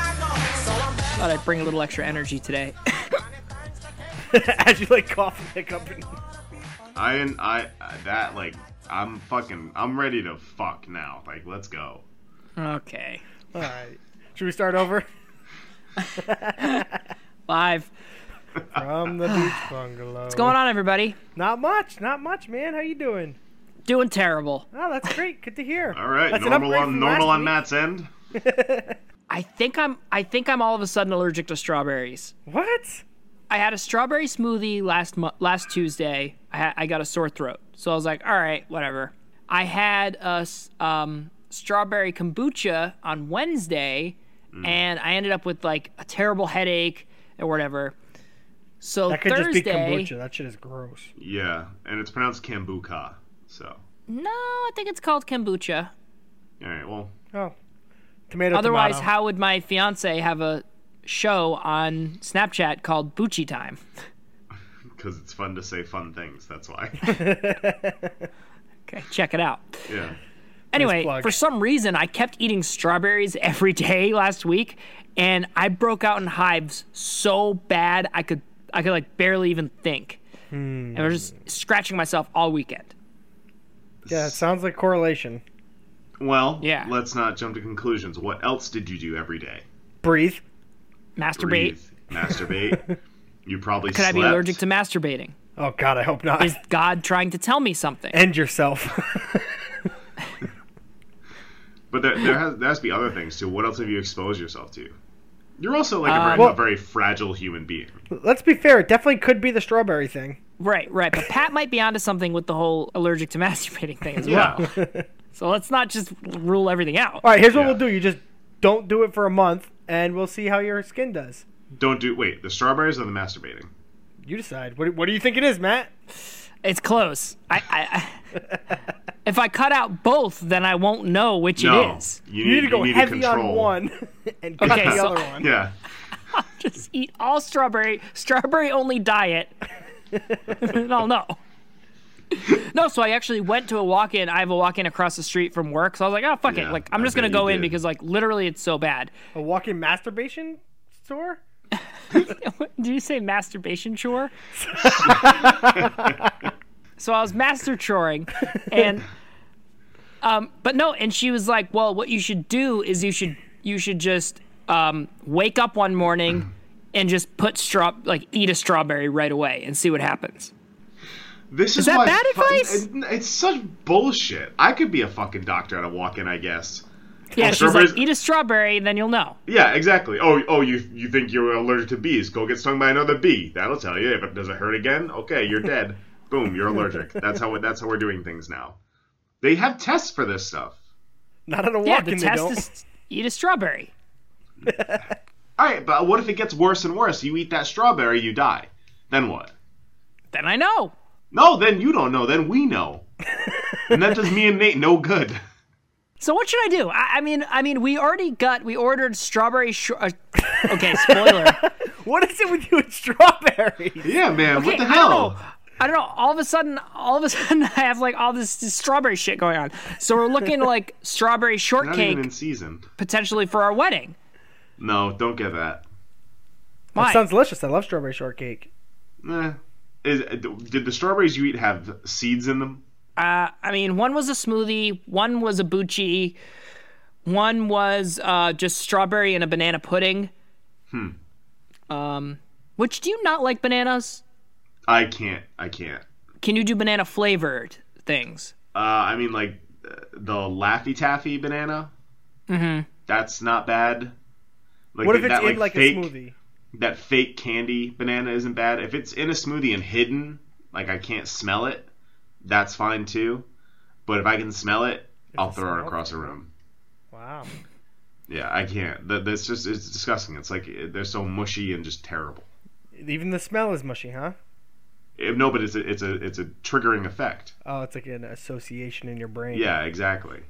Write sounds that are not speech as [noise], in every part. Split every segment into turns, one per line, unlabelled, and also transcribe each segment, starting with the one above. Thought I'd bring a little extra energy today.
[laughs]
[laughs]
As you like cough and hiccup. And...
I and I that like I'm fucking I'm ready to fuck now. Like let's go.
okay.
All right. Should we start over?
Live.
From the [sighs] beach bungalow. What's
Going on, everybody.
Not much. Not much, man. How you doing?
Doing terrible.
Oh, that's great. Good to hear.
All right,
That's an
normal
upgrade
on
from
normal
last
on
week.
Matt's end.
I think I'm I think I'm all of a sudden allergic to strawberries.
What?
I had a strawberry smoothie last mo- last Tuesday. I, ha- I got a sore throat, so I was like, all right, whatever. I had a s- um, strawberry kombucha on Wednesday,
Mm.
and I ended up with like a terrible headache or whatever. So
That could
Thursday,
just be kombucha. That shit is gross.
Yeah, and it's pronounced Kambuka. So,
no, I think it's called kombucha.
all right, well,
Oh. Tomato.
Otherwise,
tomato.
how would my fiance have a show on Snapchat called Bucci Time?
because it's fun to say fun things. That's why.
Okay, check it out.
yeah.
Anyway,
plug.
for some reason, I kept eating strawberries [laughs] every day last week, and I broke out in hives so bad I could I could like barely even think, and I was just scratching myself all weekend.
Yeah, it sounds like correlation.
Well,
Yeah.
Let's not jump to conclusions. What else did you do every day?
Breathe.
Masturbate?
Breathe, masturbate. you probably
Could I
slept.
be allergic to masturbating?
Oh God, I hope not.
Is God trying to tell me something?
End yourself. [laughs]
But there, there, has, there has to be other things too. What else have you exposed yourself to? You're also like a very,
well-
a very fragile human being.
Let's be fair. It definitely could be the strawberry thing.
Right, right. But Pat might be onto something with the whole allergic to masturbating
[laughs]
thing as well.
Yeah.
So let's not just rule everything out.
All right. Here's what
Yeah.
we'll do. You just don't do it for a month, and we'll see how your skin does.
Don't do. Wait, the strawberries or the masturbating?
You decide. What, what do you think it is, Matt?
It's close. I, I,
[laughs]
I if I cut out both, then I won't know which
no,
it is.
you
You
need,
need to go
you need
heavy
control.
on one [laughs] and cut
Okay,
the
so-
other one.
[laughs] Yeah,
Just eat all strawberry, strawberry only
[laughs]
diet. and I'll know. no, so I actually went to a walk-in. I have a walk-in across the street from work, so I was like, "Oh fuck
Yeah,
it!" Like
I
I'm just
bet
gonna
you
go in
did.
because like literally it's so bad.
A walking masturbation store?
[laughs] Did you say masturbation chore? so I was master choring, and um, but no, and she was like, "Well, what you should do is you should you should just um, wake up one morning and just put straw like eat a strawberry right away and see what happens."
this is,
that
why
bad
fu-
advice?
it- it's such bullshit. I could be a fucking doctor at a walk-in, I guess.
Yeah, she's
strawberries-
like, "Eat a strawberry, and then you'll know."
Yeah, exactly. Oh, oh, you you think you're allergic to bees? Go get stung by another bee. That'll tell you. If it does it hurt again, okay, you're dead. Boom, you're allergic. That's how that's how we're doing things now. They have tests for this stuff.
Not on a
Yeah,
walking.
the
they
test
don't.
is eat a strawberry.
All right, but what if it gets worse and worse? You eat that strawberry, you die. Then what?
Then I know.
No, then you don't know. Then we know. and that does me and Nate no good.
So what should I do? I, I mean, I mean, we already got we ordered strawberry. Sh- uh, [laughs] okay, spoiler.
[laughs] What is it with you and
[laughs]
strawberries?
Yeah, man.
Okay,
what the
I
hell?
don't know. I don't know. All of a sudden, all of a [laughs] sudden, I have like all this, this strawberry shit going on. So we're looking like strawberry
Not
shortcake
even in season.
potentially for our wedding.
No, don't get that.
Why?
Sounds delicious. I love strawberry shortcake.
Eh. Is, did the strawberries you eat have seeds in them?
uh, I mean, one was a smoothie, one was a bucci, one was uh, just strawberry and a banana pudding. Hmm. Um, which do you not like bananas?
I can't. I can't.
Can you do banana flavored things?
Uh, I mean, like uh, the Laffy Taffy banana. Mm-hmm. That's not bad. Like,
What if it's
that,
in like, a
fake-
smoothie?
That fake candy banana isn't bad. If it's in a smoothie and hidden, like I can't smell it, that's fine too. But if I can smell it, I'll
it's
throw it
smell,
across the
okay.
room.
Wow.
Yeah, I can't. Th- That's just it's disgusting. It's like eh, they're so mushy and just terrible.
Even the smell is mushy, huh?
Eh, No, but it's a it's a it's a triggering effect.
Oh, it's like an association in your brain.
Yeah, exactly.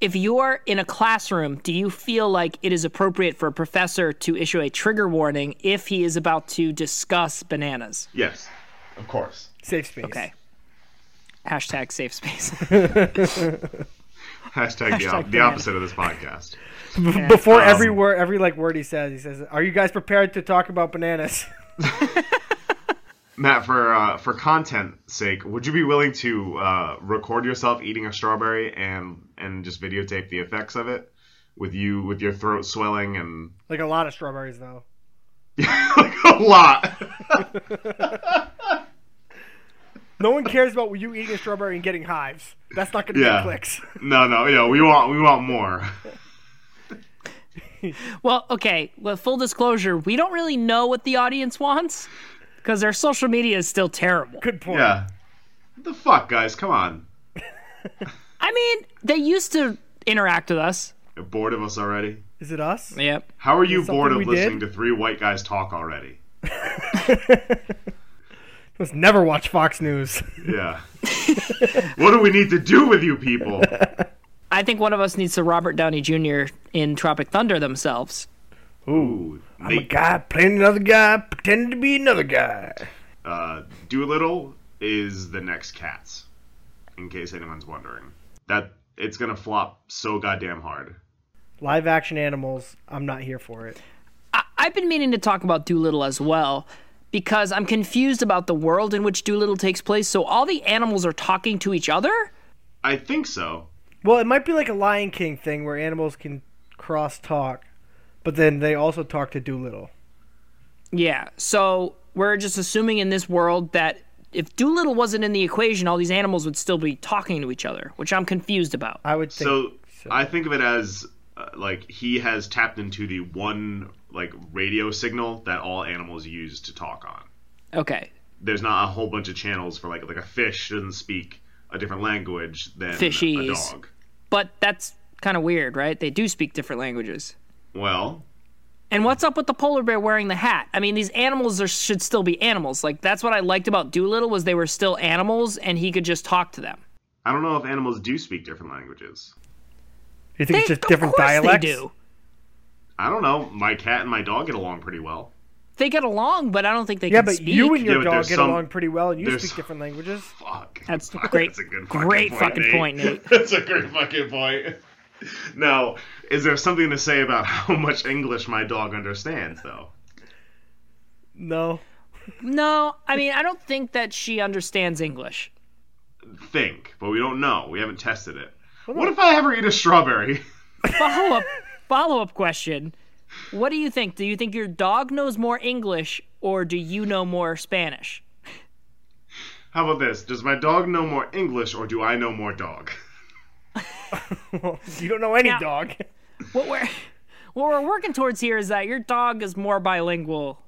If you're in a classroom, do you feel like it is appropriate for a professor to issue a trigger warning if he is about to discuss bananas?
Yes, of course.
Safe space.
Okay. Hashtag safe space. [laughs]
Hashtag, the,
Hashtag
op- the
banana.
opposite of this podcast.
Before every word, every like word he says, he says, "Are you guys prepared to talk about bananas?" [laughs]
Matt, for uh, for content sake, would you be willing to uh, record yourself eating a strawberry and and just videotape the effects of it with you with your throat swelling and [laughs]
like a lot of strawberries, though.
like a lot?
No one cares about you eating a strawberry and getting hives. That's not going to
Yeah.
get clicks.
no, no, you know, we want we want more.
well, okay. Well, full disclosure, we don't really know what the audience wants because their social media is still terrible.
Good point.
Yeah. What the fuck, guys? Come on.
I mean, they used to interact with us.
You're bored of us already?
[laughs] Is it us?
Yep.
How are you
something
bored of
we
listening to three white guys talk already?
Let's never watch Fox News. [laughs]
Yeah. what do we need to do with you people?
I think one of us needs to Robert Downey Jr. in Tropic Thunder themselves.
Ooh,
I'm a
Nate
guy playing another guy, pretending to be another guy.
Uh, Doolittle is the next Cats, in case anyone's wondering. That it's gonna flop so goddamn hard.
Live action animals. I'm not here for it.
I've been meaning to talk about Doolittle as well because I'm confused about the world in which Doolittle takes place. So all the animals are talking to each other.
I think so.
Well, it might be like a Lion King thing where animals can cross talk, but then they also talk to Doolittle.
Yeah. So we're just assuming in this world that if Doolittle wasn't in the equation, all these animals would still be talking to each other, which I'm confused about.
I would think.
So I think of it as uh, like he has tapped into the one like radio signal that all animals use to talk on.
Okay.
There's not a whole bunch of channels for like like a fish doesn't speak a different language than a
Fishies.
dog.
But that's kind of weird, right? They do speak different languages.
Well,
And what's up with the polar bear wearing the hat? I mean, these animals are, should still be animals. Like that's what I liked about Doolittle was they were still animals, and he could just talk to them.
I don't know if animals do speak different languages.
you think it's
They-
just
of
different
course
dialects?
They do.
I don't know. My cat and my dog get along pretty well.
They get along, but I don't think they
Yeah,
can
but
speak.
you and
Yeah,
your
but
dog
there's
get
some-
along pretty well, and you
there's-
speak different languages.
Fuck.
That's a
Fuck,
great-
[laughs] that's a good
great
fucking
fucking point, Nate.
[laughs] that's a great fucking point. Now, is there something to say about [laughs] how much English my dog understands, though?
No.
no, I mean, I don't think that she understands English.
Think, but we don't know. We haven't tested it. What if I ever eat a strawberry? [laughs]
Follow
[laughs]
up, follow up question. What do you think? Do you think your dog knows more English, or do you know more Spanish?
How about this? Does my dog know more English, or do I know more dog?
you don't know any
Now-
dog.
What we're [laughs] what we're working towards here is that your dog is more bilingual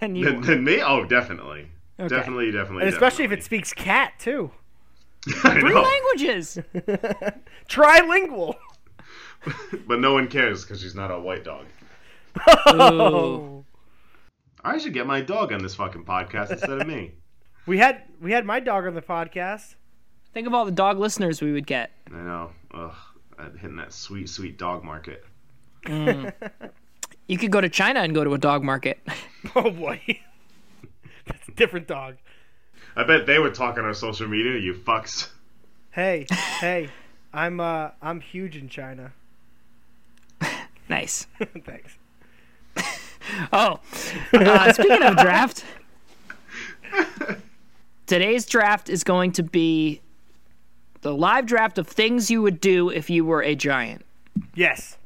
than you.
Then,
are.
then me? Oh, definitely. Definitely, definitely.
And especially if
definitely.
it speaks cat, too.
[laughs] I
Three
Oh. [laughs]
know,
languages.
Trilingual.
But no one cares because she's not a white dog.
Ooh.
Oh.
I should get my dog on this fucking podcast instead
[laughs]
of me.
We had we had my dog on the podcast.
Think of all the dog listeners we would get.
I know. Ugh, I'm hitting that sweet, sweet dog market.
You could go to China and go to a dog market.
[laughs]
[laughs]
Oh boy, [laughs] that's a different dog.
I bet they were talking on social media. You fucks.
Hey, hey, I'm uh I'm huge in China. [laughs]
nice.
Thanks.
[laughs] Oh, uh, speaking of draft, today's draft is going to be the live draft of things you would do if you were a giant.
Yes.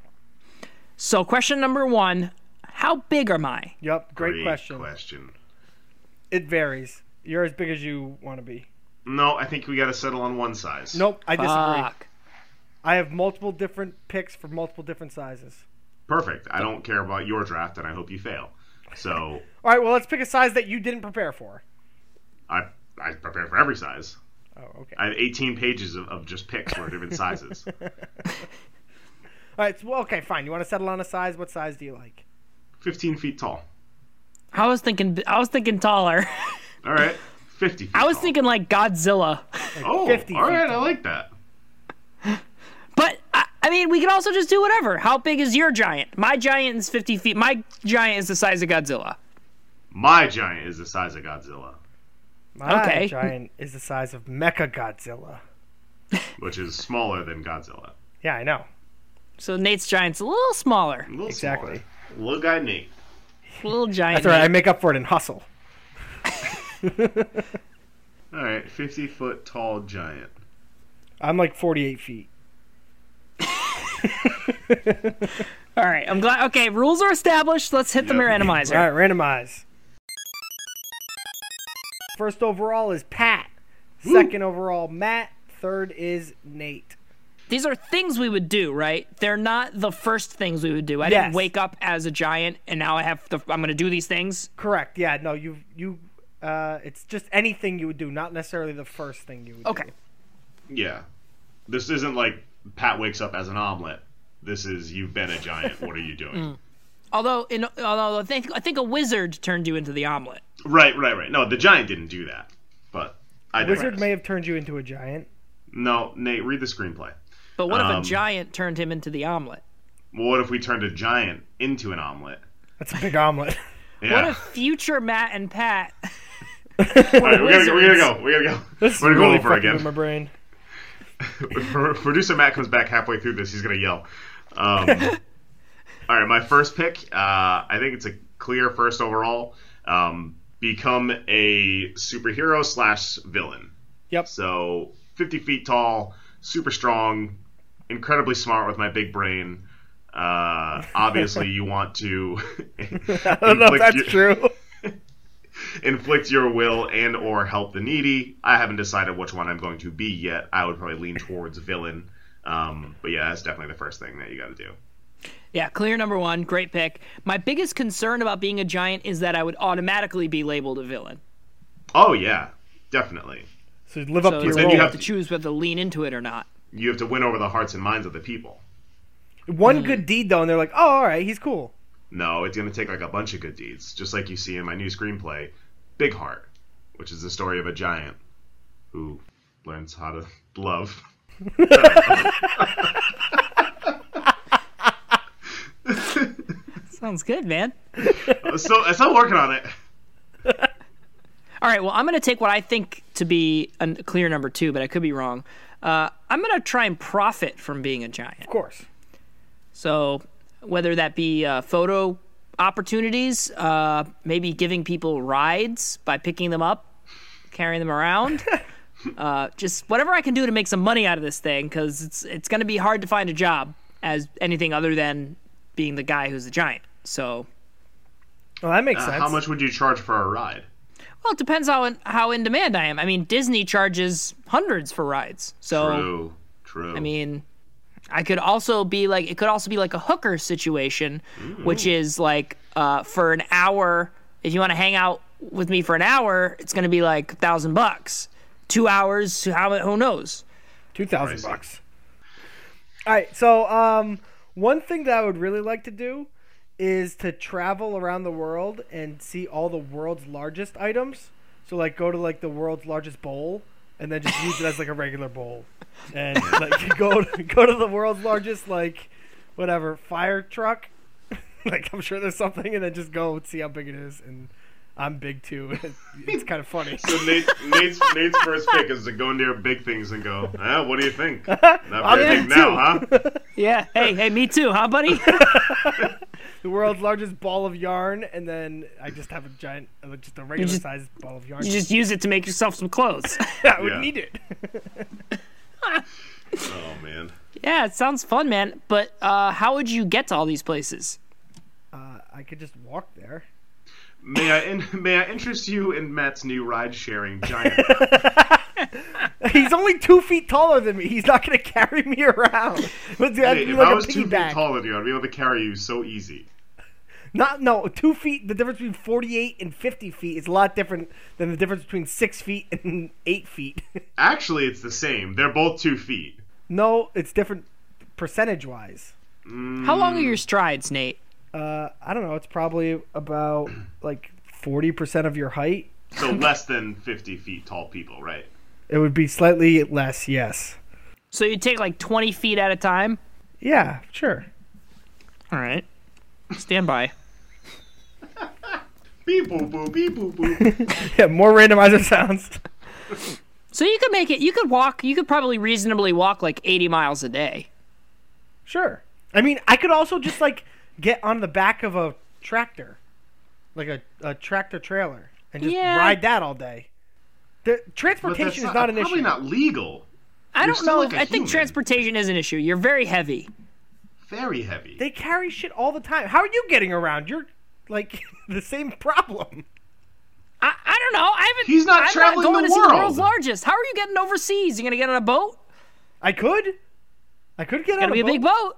So, question number one How big am I?
Yep. Great, question.
question.
It varies. You're as big as you want to be.
No, I think we got to settle on one size.
Nope. I disagree.
Fuck.
I have multiple different picks for multiple different sizes.
Perfect. I don't care about your draft, and I hope you fail. So
All right. Well, let's pick a size that you didn't prepare for.
I every size.
Oh, okay.
I have 18 pages of, of just picks for
[laughs]
different sizes.
All right. So, well, okay, fine. You want to settle on a size? What size do you like?
15 feet tall.
I was thinking. I was thinking taller. [laughs]
All right. 50 feet
I was
tall.
thinking like Godzilla.
oh,
50
all
feet
right. I like that.
But I, I mean, we can also just do whatever. How big is your giant? My giant is 50 feet. My giant is the size of Godzilla.
My giant is the size of Godzilla,
My
Okay.
giant is the size of Mecha Godzilla.
which is smaller than Godzilla.
Yeah, I know.
So Nate's giant's a little smaller.
A little
Exactly.
smaller. Little guy Nate.
Little giant.
That's all right. I
Nate.
make up for it in hustle.
All right. 50 foot tall giant.
I'm like 48 feet.
All right. I'm glad. Okay, rules are established. Let's hit the
Yep.
randomizer.
All right, randomize. First overall is Pat. Second overall, Matt. Third is Nate.
These are things we would do, right? They're not the first things we would do. I
Yes.
didn't wake up as a giant and now I have the I'm going to do these things.
Correct. Yeah. No. You. You. Uh, it's just anything you would do, not necessarily the first thing you would
Okay.
do.
Yeah. This isn't like Pat wakes up as an omelet. This is you've been a giant. What are you
[laughs]
doing?
Mm.
Although in although I think I think a wizard turned you into the omelet.
Right, right, right. No, the giant didn't do that. But I
Wizard
digress.
may have turned you into a giant.
No, Nate, read the screenplay.
But what if
Um.
a giant turned him into the omelet?
Well, what if we turned a giant into an omelet?
That's a big omelet.
Yeah.
What if future Matt and Pat [laughs]
All right, we're, gonna, we're gonna go. We're gonna go.
This is
we're gonna
really
go over
fucking with
again.
my brain.
Pro- Producer Matt comes back halfway through this. He's gonna yell.
[laughs]
Um, all right, my first pick. Uh, I think it's a clear first overall. Um, become a superhero slash villain.
Yep.
So 50 feet tall, super strong, incredibly smart with my big brain. Uh,
[laughs]
obviously, you want to
I [laughs] don't know if
[laughs] inflict
that's
your-
true.
inflict your will and or help the needy. I haven't decided which one I'm going to be yet. I would probably lean towards villain. Um, but yeah, that's definitely the first thing that you got to do.
Yeah, clear number one. Great pick. My biggest concern about being a giant is that I would automatically be labeled a villain.
Oh yeah, definitely.
So live
So
up to your
then
role.
you
you have
have
to choose whether to lean into it or not.
You have to win over the hearts and minds of the people. Mm.
One good deed though, and they're like, "Oh, all right, he's cool."
No, it's going to take like a bunch of good deeds, just like you see in my new screenplay, Big Heart, which is the story of a giant who learns how to love. [laughs]
Sounds good, man.
So I'm still working on it.
All right, well, I'm going to take what I think to be a clear number two, but I could be wrong. Uh, I'm going to try and profit from being a giant.
Of course.
So, whether that be uh, photo opportunities, uh, maybe giving people rides by picking them up, carrying them around, uh, just whatever I can do to make some money out of this thing, because it's it's going to be hard to find a job as anything other than being the guy who's a giant. So,
Well, that makes
Uh,
sense.
how much would you charge for a ride?
well, it depends how in, how in demand I am. I mean, Disney charges hundreds for rides, so.
True, true.
I mean, I could also be like, it could also be like a hooker situation, which is like uh, for an hour. If you want to hang out with me for an hour, it's going to be like a thousand bucks. Two hours, how who knows?
Two thousand
Pricey.
bucks. All right. So, um, one thing that I would really like to do is to travel around the world and see all the world's largest items. So, like, go to like the world's largest bowl and then just use it as like a regular bowl, and like [laughs] go to, go to the world's largest like whatever fire truck. [laughs] like, I'm sure there's something, and then just go and see how big it is. And I'm big too. [laughs] it's kind of funny.
So Nate, Nate's, Nate's first pick is to go near big things and go, eh, what do
[laughs]
you think? Not
in
very big now, huh?
Yeah. Hey, hey, me too, huh, [laughs] buddy?
the world's largest ball of yarn, and then I just have a giant, uh, just a regular
just-
sized ball of yarn.
you just use it to make yourself some clothes.
[laughs] [laughs] I would
Yeah.
need it.
[laughs] Oh, man.
[laughs] yeah, it sounds fun, man. But uh, how would you get to all these places?
Uh, I could just walk there.
May I, in, [laughs] may I interest you in Matt's new ride sharing
[laughs]
giant?
[laughs] He's only two feet taller than me. He's not going to carry [laughs] me around. But dude, I'd
Hey,
be
if
like
I
a
was two feet
piggyback.
taller than you, I'd be able to carry you so easy.
Not no two feet. The difference between forty-eight and fifty feet is a lot different than the difference between six feet [laughs] and eight feet. [laughs]
Actually, it's the same. They're both two feet.
no, it's different percentage-wise.
How long are your strides, Nate?
Uh, I don't know. It's probably about like forty percent of your height. [laughs]
So less than 50 feet tall people, right?
It would be slightly less. Yes.
So you take like 20 feet at a time?
Yeah. Sure.
All right. Stand by.
Beep boop boop beep boop
[laughs]
boop.
Yeah. More randomizer [laughs] sounds.
So you could make it, you could walk, you could probably reasonably walk like 80 miles a day.
Sure. I mean, I could also just like get on the back of a tractor, like a, a tractor trailer, and just
Yeah.
ride that all day. The
But that's
transportation is not an
probably
issue.
not legal.
I
You're
don't
still
know.
like
if-
a
I think
human.
transportation is an issue. You're very heavy.
Very heavy.
They carry shit all the time. How are you getting around? You're like [laughs] the same problem.
I, I don't know. I haven't.
He's not
I'm
traveling
not going
the
to see the
world.
world's largest. How are you getting overseas? You gonna get on a boat?
I could, I could get on
Gotta
a
be a
boat,
big boat.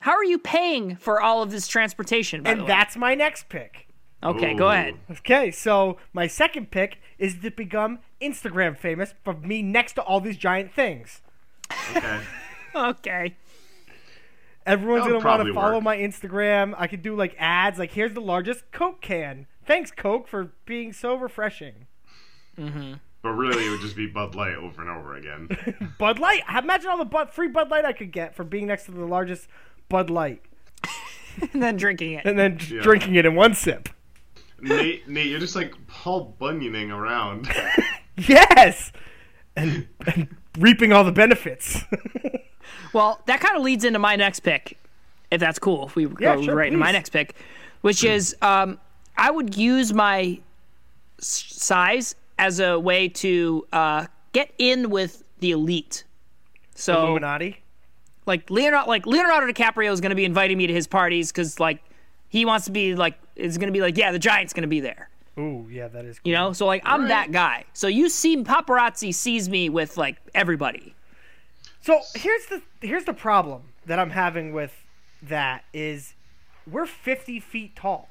How are you paying for all of this transportation? By the
and
way?
that's my next pick.
okay.
Ooh.
Go ahead. [laughs]
Okay, so my second pick is to become Instagram famous from me next to all these giant things. [laughs]
Okay.
Okay. [laughs]
Everyone's
That would
gonna want
probably
to follow
work.
my Instagram. I could do like ads, like here's the largest Coke can. Thanks, Coke, for being so refreshing.
But really, it would just be Bud Light over and over
[laughs]
again.
Bud Light. Imagine all the Bud, free Bud Light I could get for being next to the largest Bud Light,
And then drinking it.
and then j- drinking it in one sip.
Nate, Nate, you're just like Paul Bunyaning around.
Mm-hmm. Yes, and, and reaping all the benefits.
Well, that kind of leads into my next pick, if that's cool. If we
Yeah,
go
sure,
right into my
please.
next pick, which is um, I would use my s- size as a way to uh, get in with the elite. So
Illuminati.
like Leonardo, like Leonardo DiCaprio is going to be inviting me to his parties because like he wants to be like is going to be like yeah the giant's going to be there
Ooh, yeah, that is. Cool.
you know so like I'm that guy so you see paparazzi sees me with like everybody
So here's the here's the problem that I'm having with that is we're 50 feet tall.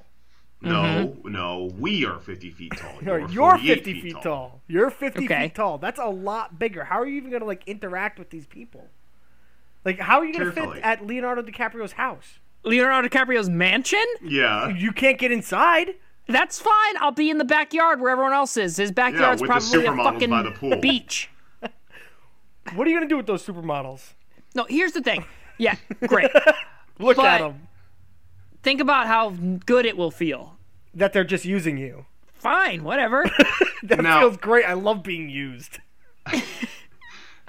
No, no, we are 50 feet tall.
No,
You're,
you're
48
50 feet, tall. You're 50
Okay.
feet tall. That's a lot bigger. How are you even going to like interact with these people? Like, how are you going to fit
Carefully.
at Leonardo DiCaprio's house?
Leonardo DiCaprio's mansion
Yeah.
You can't get inside.
that's fine I'll be in the backyard where everyone else is his backyard's
with the
probably a
supermodels
fucking
by the pool.
beach
What are you going to do with those supermodels?
no here's the thing yeah
[laughs]
great
Look at 'em. at
But-
them.
think about how good it will feel
That they're just using you.
fine whatever
[laughs] That
Now-
feels great. I love being used.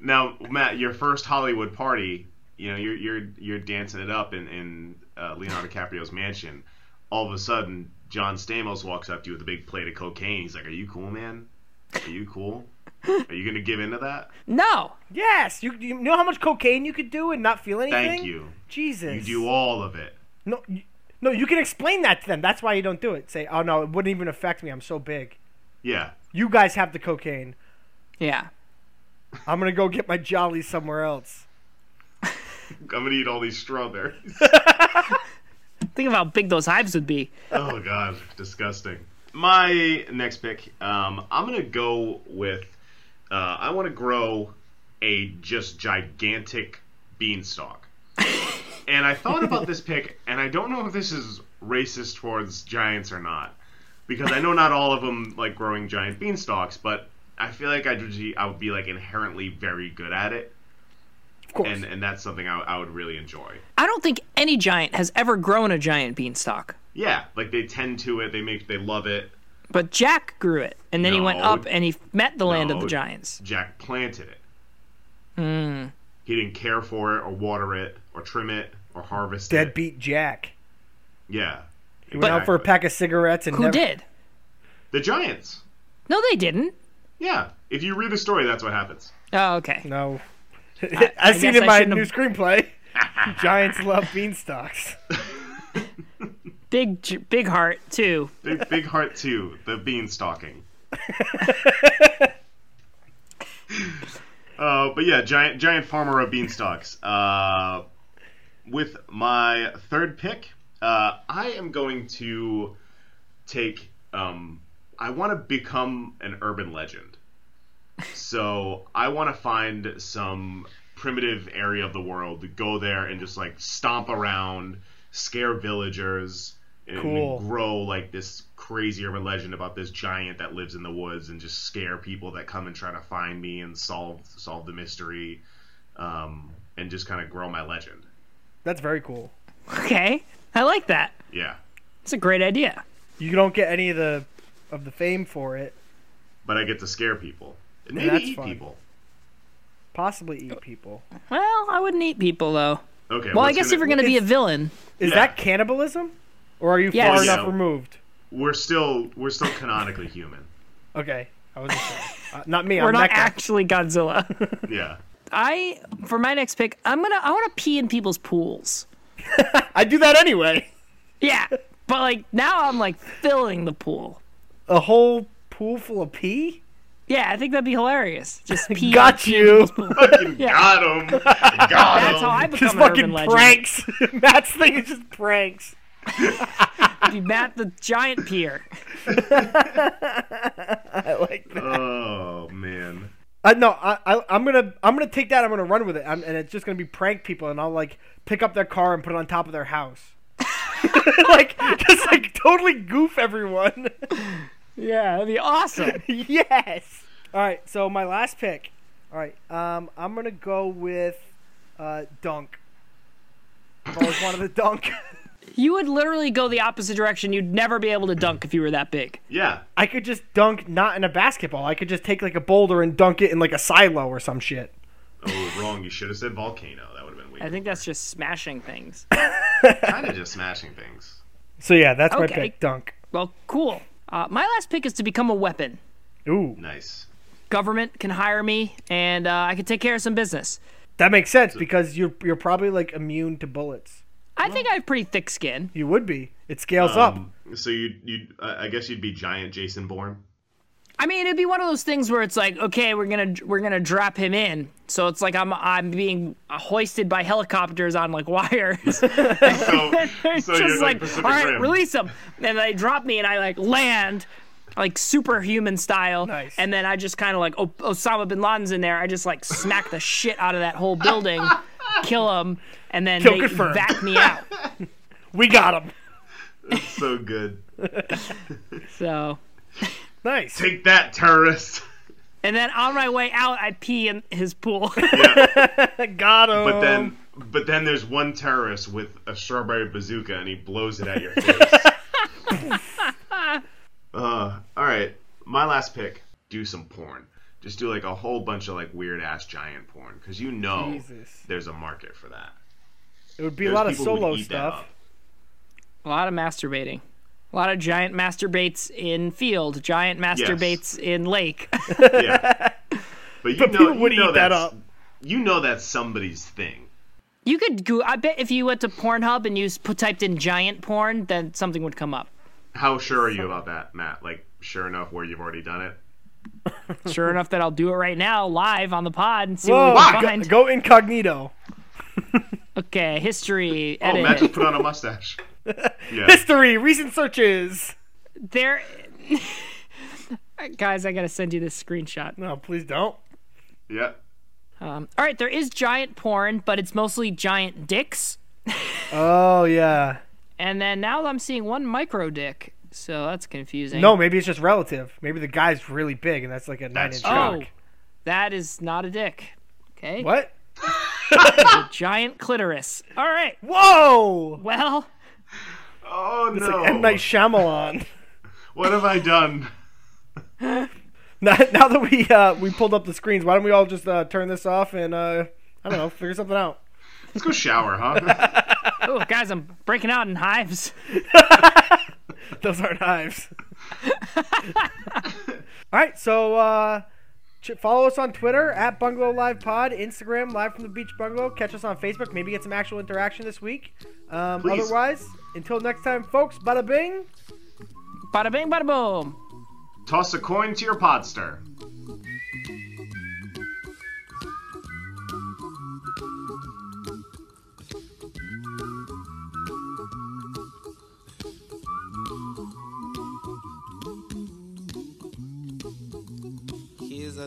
Now, Matt, your first Hollywood party, you know, you're you're you're dancing it up in in uh, Leonardo DiCaprio's mansion. All of a sudden, John Stamos walks up to you with a big plate of cocaine. He's like, "Are you cool, man? Are you cool?
[laughs]
Are you gonna give in to that?
no
Yes. You, you know how much cocaine you could do and not feel anything?
Thank you.
Jesus.
You do all of it."
No, you, no, you can explain that to them. That's why you don't do it. Say, oh, no, it wouldn't even affect me. I'm so big.
Yeah.
You guys have the cocaine.
yeah
I'm going to go get my jollies somewhere else.
I'm gonna eat all these strawberries.
think of how big those hives would be
oh god, disgusting. My next pick, um, I'm gonna go with. Uh, I want to grow a just gigantic
[laughs]
beanstalk, and I thought about this pick, and I don't know if this is racist towards giants or not, because I know not all of them like growing giant beanstalks, but I feel like I'd be, I would be like inherently very good at it,
Of course.
and and that's something I, I would really enjoy.
I don't think any giant has ever grown a giant beanstalk,
Yeah, like they tend to it, they make they love it.
but Jack grew it, and then he went
No.
up and he met the land of
No.
the giants.
Jack planted it. He didn't care for it or water it or trim it or harvest it.
Deadbeat Jack.
Yeah.
He went out for a
Exactly.
pack of cigarettes and
Who
never-
did?
The Giants.
No, they didn't.
Yeah. If you read the story, that's what happens.
Oh, okay.
No.
I
[laughs] I, have seen
guess I
it in my
shouldn't
new
have-
screenplay.
[laughs]
Giants love beanstalks.
Big, j- big heart too.
Big, big Heart 2,
[laughs]
The Beanstalking. uh, but yeah, giant, giant farmer of beanstalks. Uh, with my third pick, Uh, I am going to take. Um, I want to become an urban legend. So I want to find some primitive area of the world, go there and just like stomp around, scare villagers, and
Cool.
grow like this crazy urban legend about this giant that lives in the woods and just scare people that come and try to find me and solve solve the mystery, um, and just kind of grow my legend.
That's very cool.
Okay, I like that.
Yeah.
It's a great idea.
You don't get any of the of the fame for it.
but I get to scare people and maybe
that's
eat
fun.
people.
Possibly eat people.
Well, I wouldn't eat people though.
Okay.
Well, I
what's
guess if
gonna-
you're gonna be a villain,
Is
Yeah.
that cannibalism? Or are you
Yes. Oh,
far
Yeah.
enough removed?
we're still we're still canonically human.
Okay. I wasn't sure. Uh, not me.
we're
I'm
not
that guy.
actually Godzilla. [laughs]
Yeah.
I for my next pick, I'm gonna I want to pee in people's pools.
I do that anyway.
Yeah, but like now I'm like filling the pool.
A whole pool full of pee?
Yeah, I think that'd be hilarious.
[laughs]
Just pee.
Got you.
Fucking got him. Got
That's how I become
[laughs] Just
an urban
fucking
legend.
pranks. [laughs] Matt's thing is just pranks.
Be Matt the giant
[laughs]
peer.
I like that.
Oh man.
Uh, no, I, I, I'm gonna, I'm gonna take that. I'm gonna run with it, i and it's just gonna be prank people, and I'll like pick up their car and put it on top of their house, [laughs] like just like totally goof everyone. [laughs]
Yeah, that'd be awesome.
yes. All right. So my last pick. All right. Um, I'm gonna go with, uh, Dunk. I've always wanted a dunk. [laughs]
You would literally go the opposite direction. You'd never be able to dunk if you were that big.
Yeah.
I could just dunk not in a basketball. I could just take like a boulder and dunk it in like a silo or some shit.
Oh, wrong. You should have said volcano. That would have been
I
weird.
think that's just smashing
[laughs]
things.
Kind of just smashing things.
So yeah, that's my
Okay.
pick. Dunk.
Well, cool. Uh, my last pick is to become a weapon.
Ooh,
Nice.
Government can hire me, and uh, I can take care of some business.
that makes sense because you're you're probably like immune to bullets.
I think I have pretty thick skin.
You would be. It scales
Um, so you you uh, I guess you'd be giant Jason
[laughs]
Bourne.
I mean, it'd be one of those things where it's like, okay, we're gonna we're gonna drop him in. So it's like I'm I'm being hoisted by helicopters on like [laughs] wires.
So,
it's
so
just
you're
like,
like, Pacific
all right,
Rim.
release him. And they drop me, and I like land, like superhuman style.
Nice.
And then I just kind of like o- Osama bin Laden's in there. I just like smack the shit out of that whole
[laughs]
building, kill him, and then
Kill
they
confirmed.
back me out.
up. We got him.
so good.
So,
Nice.
Take that, terrorist.
and then on my way out, I pee in his pool. [laughs]
got him.
But then
Oh.
but then there's one terrorist with a strawberry bazooka and he blows it
[laughs]
at your face. uh, all right, my last pick: do some porn. Just do like a whole bunch of like weird ass giant porn because you know
Jesus.
there's a market for that.
it would be a
There's
lot of
people who would
solo
eat that
stuff.
up.
A lot of masturbating. A lot of giant masturbates in field, giant masturbates in lake. [laughs]
Yeah,
[laughs]
but you know,
people
you
would
know
eat that
that's-
up.
You know that's somebody's thing.
You could go. I bet if you went to Pornhub and you s- put, typed in giant porn, then something would come
[laughs]
up.
How sure are you about that, Matt? Like, sure enough, where you've already done it.
Sure enough, that I'll do it right now, live on the pod, and see
Whoa,
what we
Oh,
can
go-
find.
go incognito.
Okay, history
Oh, Matt
edit.
just put on
[laughs]
a mustache. Yeah.
History, recent searches.
there, [laughs] guys, I gotta send you this screenshot.
No, please don't.
Yeah.
Um, all right, there is giant porn, but it's mostly giant dicks.
Oh yeah.
And then now I'm seeing one micro dick, so that's confusing.
No, maybe it's just relative. Maybe the guy's really big, and that's like a nine-inch
That's
cock.
oh, that is not a dick. Okay,
What?
A giant clitoris. All right,
Whoa!
well.
Oh no.
Like M Night Shyamalan. [laughs]
What have I done?
now, now that we uh, we pulled up the screens, why don't we all just uh, turn this off and uh, I don't know, figure something out.
Let's go shower, huh?
[laughs]
Oh, guys, I'm breaking out in hives.
[laughs] Those aren't hives. All right, so uh, ch- follow us on Twitter at Bungalow Live Pod, Instagram Live from the Beach Bungalow. Catch us on Facebook. Maybe get some actual interaction this week. Um,
Please.
otherwise, until next time, folks. Bada bing.
Bada bing, bada boom.
Toss a coin to your podster.
a